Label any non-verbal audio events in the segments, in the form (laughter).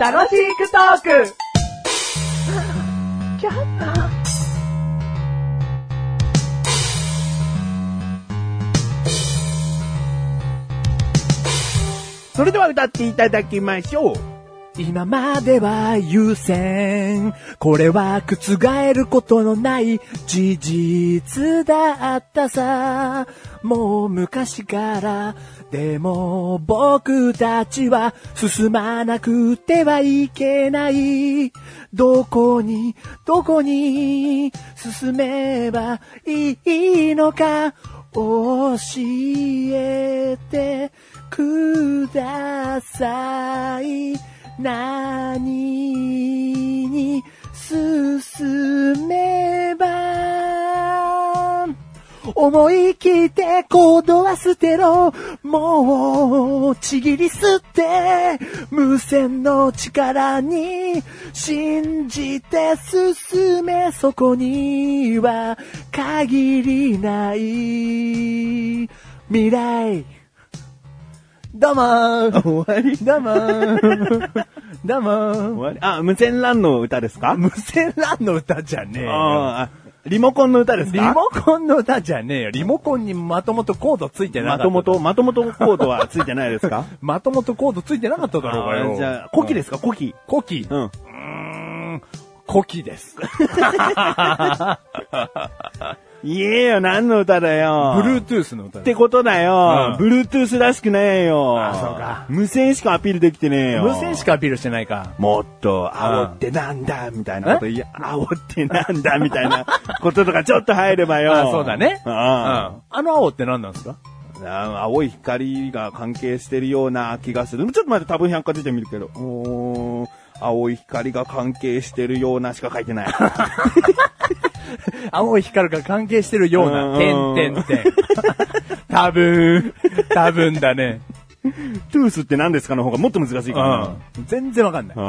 楽しくトークそれでは歌っていただきましょう。今までは優先。これは覆ることのない事実だったさ。もう昔から。でも僕たちは進まなくてはいけない。どこに、どこに進めばいいのか。教えてください。何に進めば思い切って行動は捨てろ。もう、ちぎり捨て、無線の力に、信じて進め、そこには、限りない、未来。どうもー (laughs) 終わりどうもー (laughs) どうも終ーわりあ、無線 LAN の歌ですか無線 LAN の歌じゃねえよ。あーあリモコンの歌ですリかモコンの歌じゃねえよ。リモコンにまともとコードついてなかっまた。ともと、まともとコードはついてないですかまともとコードついてなかっただろうがあよ。。ーじゃあ、コキですすかコキ。コキ。うん。コキです。言えよ、何の歌だよ。っ Bluetooth の歌てことだよ。うブルートゥースらしくねえよ。あそうか無線しかアピールできてねえよ。無線しかアピールしてないか。もっと、煽ってなんだ、みたいなこと、いや、煽ってなんだ、みたいなこととかちょっと入れ (laughs) ばよ。あそうだね。あうんあの青って何なんですかあ青い光が関係してるような気がする。ちょっと待って、多分百科事典見るけど。うーん青い光が関係してるようなしか書いてない。 (laughs) 青い光が関係してるような、うん (laughs) 点点点。多分、多分だね。トゥースって何ですかの方がもっと難しいからうん。全然わかんない。な。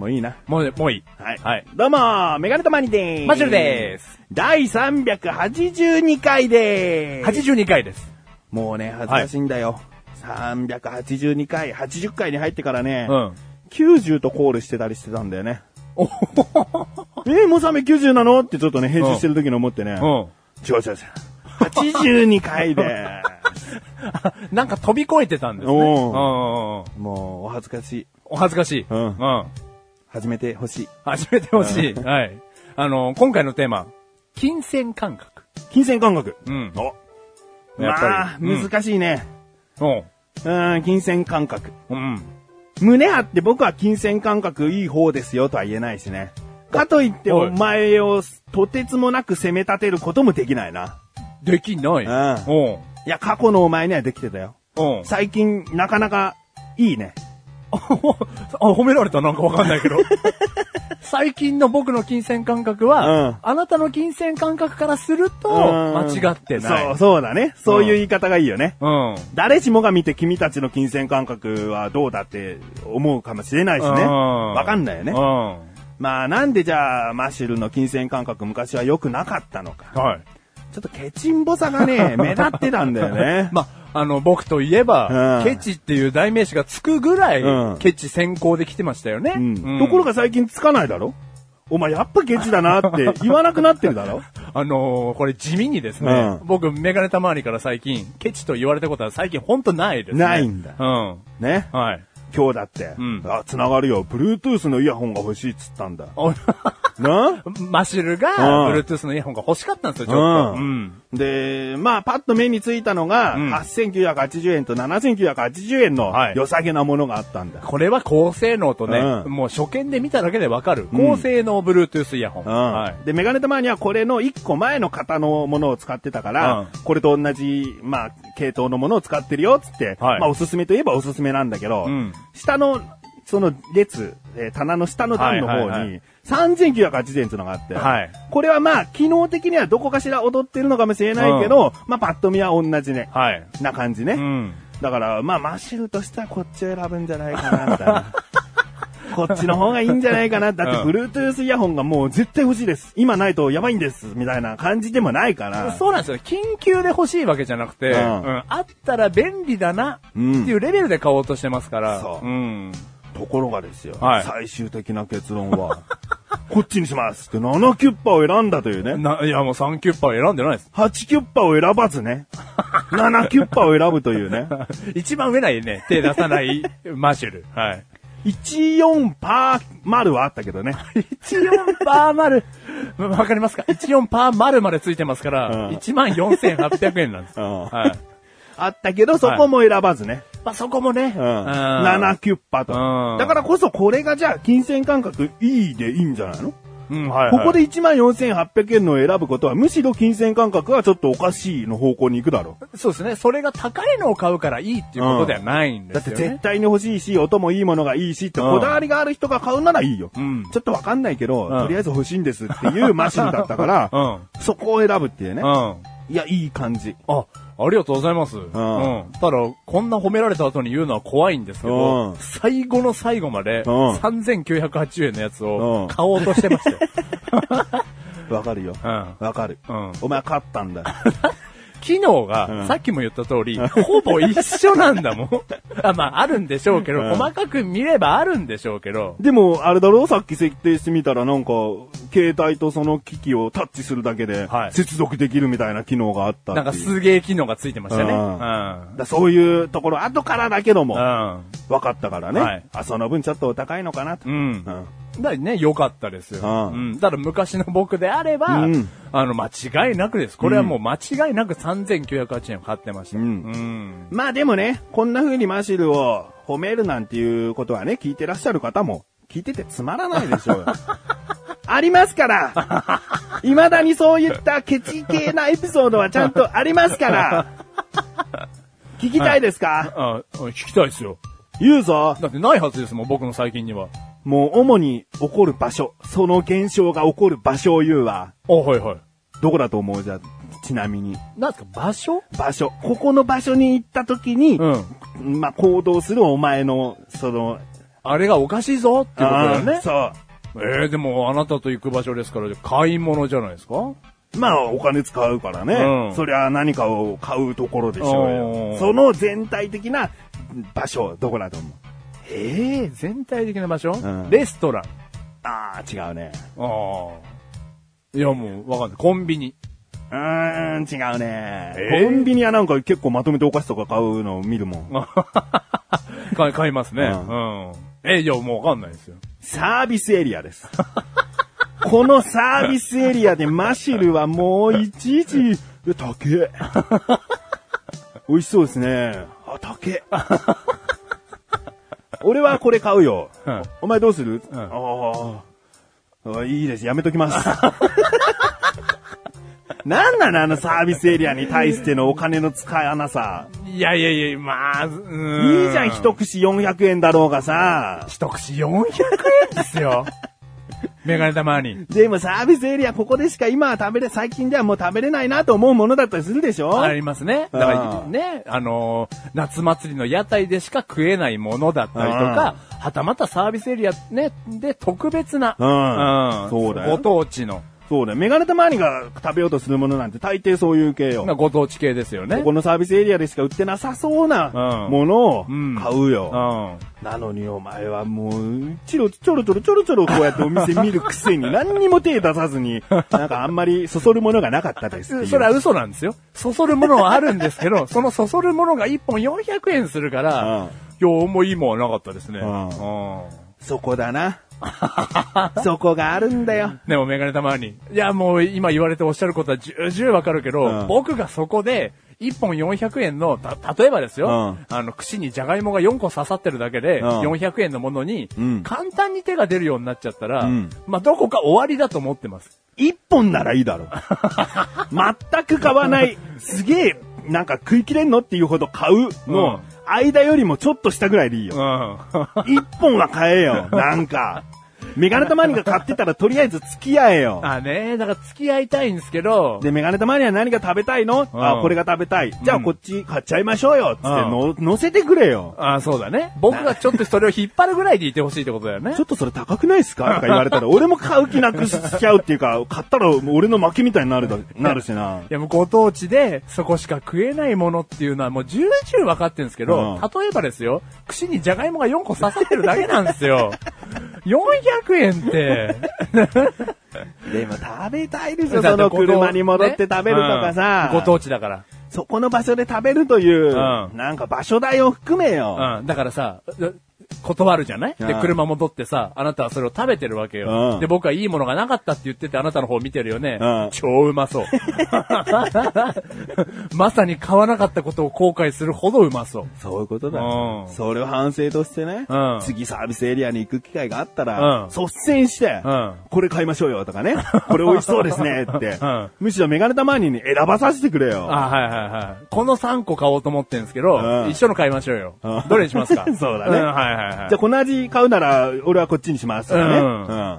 うん。もういいな。ん。もう、もういい。はい。はい。どうも、メガネとマニでーす。マジュルでーす。第382回でーす。 82回です。もうね、恥ずかしいんだよ。382回、80回に入ってからね、うん。 90とコールしてたりしてたんだよね。えー、もうサメ90なのってちょっとね、編集してる時に思ってね。うん。違う違う違う。82回でなんか飛び越えてたんですね。おううんうんうんす。 (laughs) もう、お恥ずかしい。お恥ずかしい。うんうん。始めてほしい。始めてほしい。はい。あの、今回のテーマ、金銭感覚。金銭感覚。うん。おやっぱりまあ、うん難しいね。おう。うん、金銭感覚。うん。胸張って僕は金銭感覚いい方ですよとは言えないしね。かといっておいお前をとてつもなく責め立てることもできないな。できない。うんおう。いや、過去のお前にはできてたよ。おう。最近、なかなか、いいね。 (laughs) あ、褒められたなんかわかんない (laughs) けど。最近の僕の金銭感覚は、うんあなたの金銭感覚からすると、うん間違ってない。そう、そうだね。そういう言い方がいいよね。うん。誰しもが見て君たちの金銭感覚はどうだって思うかもしれないしね。うんわかんないようねん。。まあなんでじゃあマシュルの金銭感覚昔は良くなかったのか。はい。。ちょっとケチンボさがね、目立ってたんだよねまあ、あの、僕といえば、うんケチっていう代名詞がつくぐらい、うんケチ先行で来てましたよね。うんところが最近つかないだろお前やっぱケチだなって言わなくなってるだろあのーこれ地味にですね、うん僕、メガネたまわりから最近、ケチと言われたことは最近ほんとないですね。ないんだうねん。はい。 (laughs) 今日だって。うんあ、繋がるよ。Bluetooth のイヤホンが欲しいっつったんだ。おなマシュルが、うん Bluetooth のイヤホンが欲しかったんですよ、ちょっと。ううんん。で、まあ、パッと目についたのが、うん8980円と7980円のはい良さげなものがあったんだ。これは高性能とね、うんもう初見で見ただけでわかる。うん高性能 Bluetooth イヤホン。うんはい。で、メガネたまにはこれの1個前の型のものを使ってたから、うこれと同じ、まあ、系統のものを使ってるよ、つって、はいまあ、おすすめといえばおすすめなんだけど、うん下の、その列、えー棚の下の段のはい方はいはに、3980円というのがあって、はいこれはまあ、機能的にはどこかしら踊ってるのかもしれないけど、まあ、パッと見は同じね、はい。な感じね。うん。 (laughs) だから、まあ、マシュルとしてはこっちを選ぶんじゃないかな、みたいな。こっちの方がいいんじゃないかな。だって、Bluetooth イヤホンがもう絶対欲しいです。今ないとやばいんです。みたいな感じでもないから。そうなんですよ。緊急で欲しいわけじゃなくて、ううんんあったら便利だなっていうレベルで買おうとしてますから。そううん。ところがですよ、はい最終的な結論は、 (laughs) こっちにしますって7キュッパを選んだというね。な、いやもう3キュッパー選んでないです。 (laughs) 8キュッパを選ばずね。7キュッパを選ぶという (laughs) ね。一番上ないね、手出さないマシュル。はい。 14パー丸はあったけどね。 14パー丸。 (laughs) わかりますか ?14 パー丸までついてますかうら、ん14,800円なんです。うんはい。あったけど、そこも選ばずね。まあ、そこもね、うん。7キュッパとうん。だからこそこれがじゃあ、金銭感覚いいでいいんじゃないのうん、はい、ここで14,800円のを選ぶことは、むしろ金銭感覚はちょっとおかしいの方向に行くだろう。そうですね。それが高いのを買うからいいっていうことではないんでだっすてよ、ね絶対に欲しいし、音もいいものがいいしって、うんこだわりがある人が買うならいいよ。うんちょっとわかんないけど、うんとりあえず欲しいんですっていうマシンだった (laughs) から、そこを選ぶっていうねう。ん。うん。いや、いい感じ。あ、ありがとうございます。うん。ただ、こんな褒められた後に言うのは怖いんですけど、うん最後の最後まで、うん3980円のやつうんを買おうとしてまし (laughs) たよ。わかるよ。うんわかる。うんお前勝ったんだよ。機能うが、んさっきも言った通り、ほぼ一緒なんだも (laughs) ん。あまあ、あるんでしょうけど、うん細かく見ればあるんでしょうけど、でも、あれだろさっき設定してみたら、なんか、携帯とその機器をタッチするだけでは、い接続できるみたいな機能があったってないうんかすげえ機能がついてましたね。ううんん。だそういうところ、後からだけども、うん。分かったからね、はいあ、その分ちょっとお高いのかなと。うんう。んだからね、良かったですよ。うんうん。ただ昔の僕であれば、うんあの、間違いなくです。これはもう間違いなく3908円を買ってました。うんうん。まあでもね、こんな風にマシルを褒めるなんていうことはね、聞いてらっしゃる方も、聞いててつまらないでしょう (laughs) よ。ありますから未だにそういったケチ系なエピソードはちゃんとあります (laughs) から聞きたいですか、あ、あ聞きたいですよ。言うぞだってないはずですもん、僕の最近には。もう主に起こる場所、その現象が起こる場所を言うわ。あ、はいはい。どこだと思うじゃあ、ちなみに。なんですか、場所場所。ここの場所に行った時に、うん。まあ、行動するお前の、その、あれがおかしいぞっていうことだよあねー。そう。えー、でもあなたと行く場所ですから、買い物じゃないですかまあ、お金使うからね。うんそりゃ何かを買うところでしょうおよ。ーその全体的な場所、どこだと思うええー、全体的な場所、んレストラン。ああ、違うね。ああ。いやもう、わかんない。コンビニ。うーん、違うね、えーコンビニはなんか結構まとめてお菓子とか買うのを見るもん。 (laughs) 買い、買いますね。ううん。え、いや、もうわかんないですよ。サービスエリアです。 (laughs) このサービスエリアでマシルはもういちいち、え高え。 (laughs) 美味しそうですね。あ、高え。 (laughs) 俺はこれ買うよ。うんお前どうする、んあああ、いいです。やめときます。 (laughs) なんなのあのサービスエリアに対してのお金の使い穴さ。いやいやいや、まあ、うーいいじゃん、一。口400円だろうがさ。一口400円で (laughs) すよ。メガネ玉に。でもサービスエリアここでしか今は食べれ、最近ではもう食べれないなと思うものだったりするでしょありますね。だかうらんね、あのー夏祭りの屋台でしか食えないものだったりとか、はたまたサービスエリアね、で特別な、うんそうだよご当地の、そうだよ。メガネたまりが食べようとするものなんて大抵そういう系よ。なこご当地系ですよね。このサービスエリアでしか売ってなさそうなうんものをうん買うよ。うん。なのにお前はもう、ちろちょろちょろちょろちょろこうやってお店見るくせ (laughs) に何にも手出さずに、なんかあんまりそそるものがなかったですっていう。それは嘘なんですよ。そそるものはあるんですけど、 (laughs) そのそそるものが1本400円するから、うん今日もいいもんはなかったですね。うんうんそこだ (laughs) な。そこがあるんだよ。でもメガネたまに。いや、もう今言われておっしゃることは重々わかるけど、うん僕がそこで、1本400円の、た、例えばですよ、あの、串にじゃがいもが4個刺さってるだけで、うん400円のものにうん、簡単に手が出るようになっちゃったら、うんまあ、どこか終わりだと思ってます。一本ならいい (laughs) だろう。全く買わない。すげえ、なんか食い切れんのっていうほど買ううのん、間よりもちょっとしたぐらいでいいよ。ん。一本は買えよ。なんか。メガネたまにが買ってたらとりあえず付き合えよ。 (laughs) あね、だから付き合いたいんですけど、で、メガネたまには何が食べたいの、うんあ、これが食べたい。じゃあこっち買っちゃいましょうよ。つってうんの、乗せてくれよ。あそうだね。僕がちょっとそれを引っ張るぐらいでいてほしいってことだよねちょ。っとそれ高くないですかとか言われたら、俺も買う気なくしちゃうっていうか、買ったら俺の負けみたいになるだ、なるしな。いや、もうご当地で、そこしか食えないものっていうのはもう重々分かってるんですけど、うん例えばですよ、串にじゃがいもが4個刺さってるだけなんですよ。400円 (laughs) って。でも食べたいでしょ、その車に戻って食べるとかさ。うんご当地だから。そこの場所で食べるという、うんなんか場所代を含めよ。うん、だからさ、う断るじゃないでう、ん車戻ってさ、あなたはそれを食べてるわけよ。うんで、僕はいいものがなかったって言ってて、あなたの方見てるよね。うん超うまそう。 (laughs) まさに買わなかったことを後悔するほどうまそう。そういうことだうんそれを反省としてね、うん次サービスエリアに行く機会があったら、うん率先して、うんこれ買いましょうよとかね、 (laughs) これ美味しそうですねって、うんむしろメガネたまにに選ばさせてくれよ。あ、はいはいはい。この3個買おうと思ってんですけど、うん一緒の買いましょうよ。うんどれにします (laughs) かそうだねんはいはいはい。じゃあこの味買うなら、俺はこっちにしますとかね。うんうん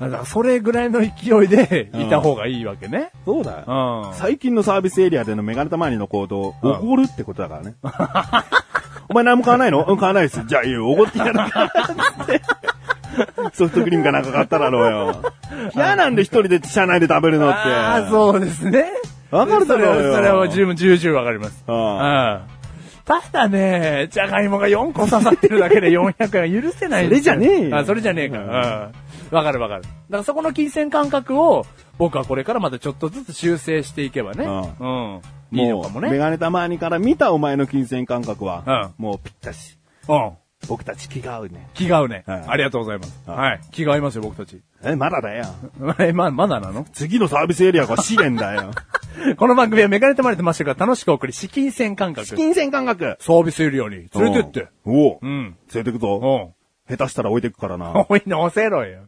だからそれぐらいの勢いでいた方がいいわけね。そうだうよ。ん。最近のサービスエリアでのメガネたまにの行動、うんおごるってことだからね。 (laughs) お前何も買わないのうん、買わないです。じゃあいいよ、おごってやるからって。 (laughs) ソフトクリームかなんか買っただろうよ。嫌なんで一人で車内で食べるのって。 (laughs) ああ、そうですね。わかるだろうよそれはそれは十分、重々わかります。ううんん。ただね、じゃがいもが4個刺さってるだけで400円は許せないんですそれじよゃねえよあ、それじゃねえか。うん。わかるわかる。だからそこの金銭感覚を、僕はこれからまたちょっとずつ修正していけばね。ううん。いいのかもうメね。ガネたまにから見たお前の金銭感覚は、もうぴったし。うん。僕たち気が合うね。気が合うね。うんありがとうございます。うんはい。気が合いますよ、僕たち。 (laughs) え、まだだよ。え、ま、まだなの次のサービスエリアが試練だよ。この番組はメガネたまれてましたから楽しくお送り、資 (laughs) 金銭感覚。サ金銭感覚。ービスエリアに連れてって。おう。うん。連れてくぞ。おう下手したら置いてくからな。おい、乗せろよ。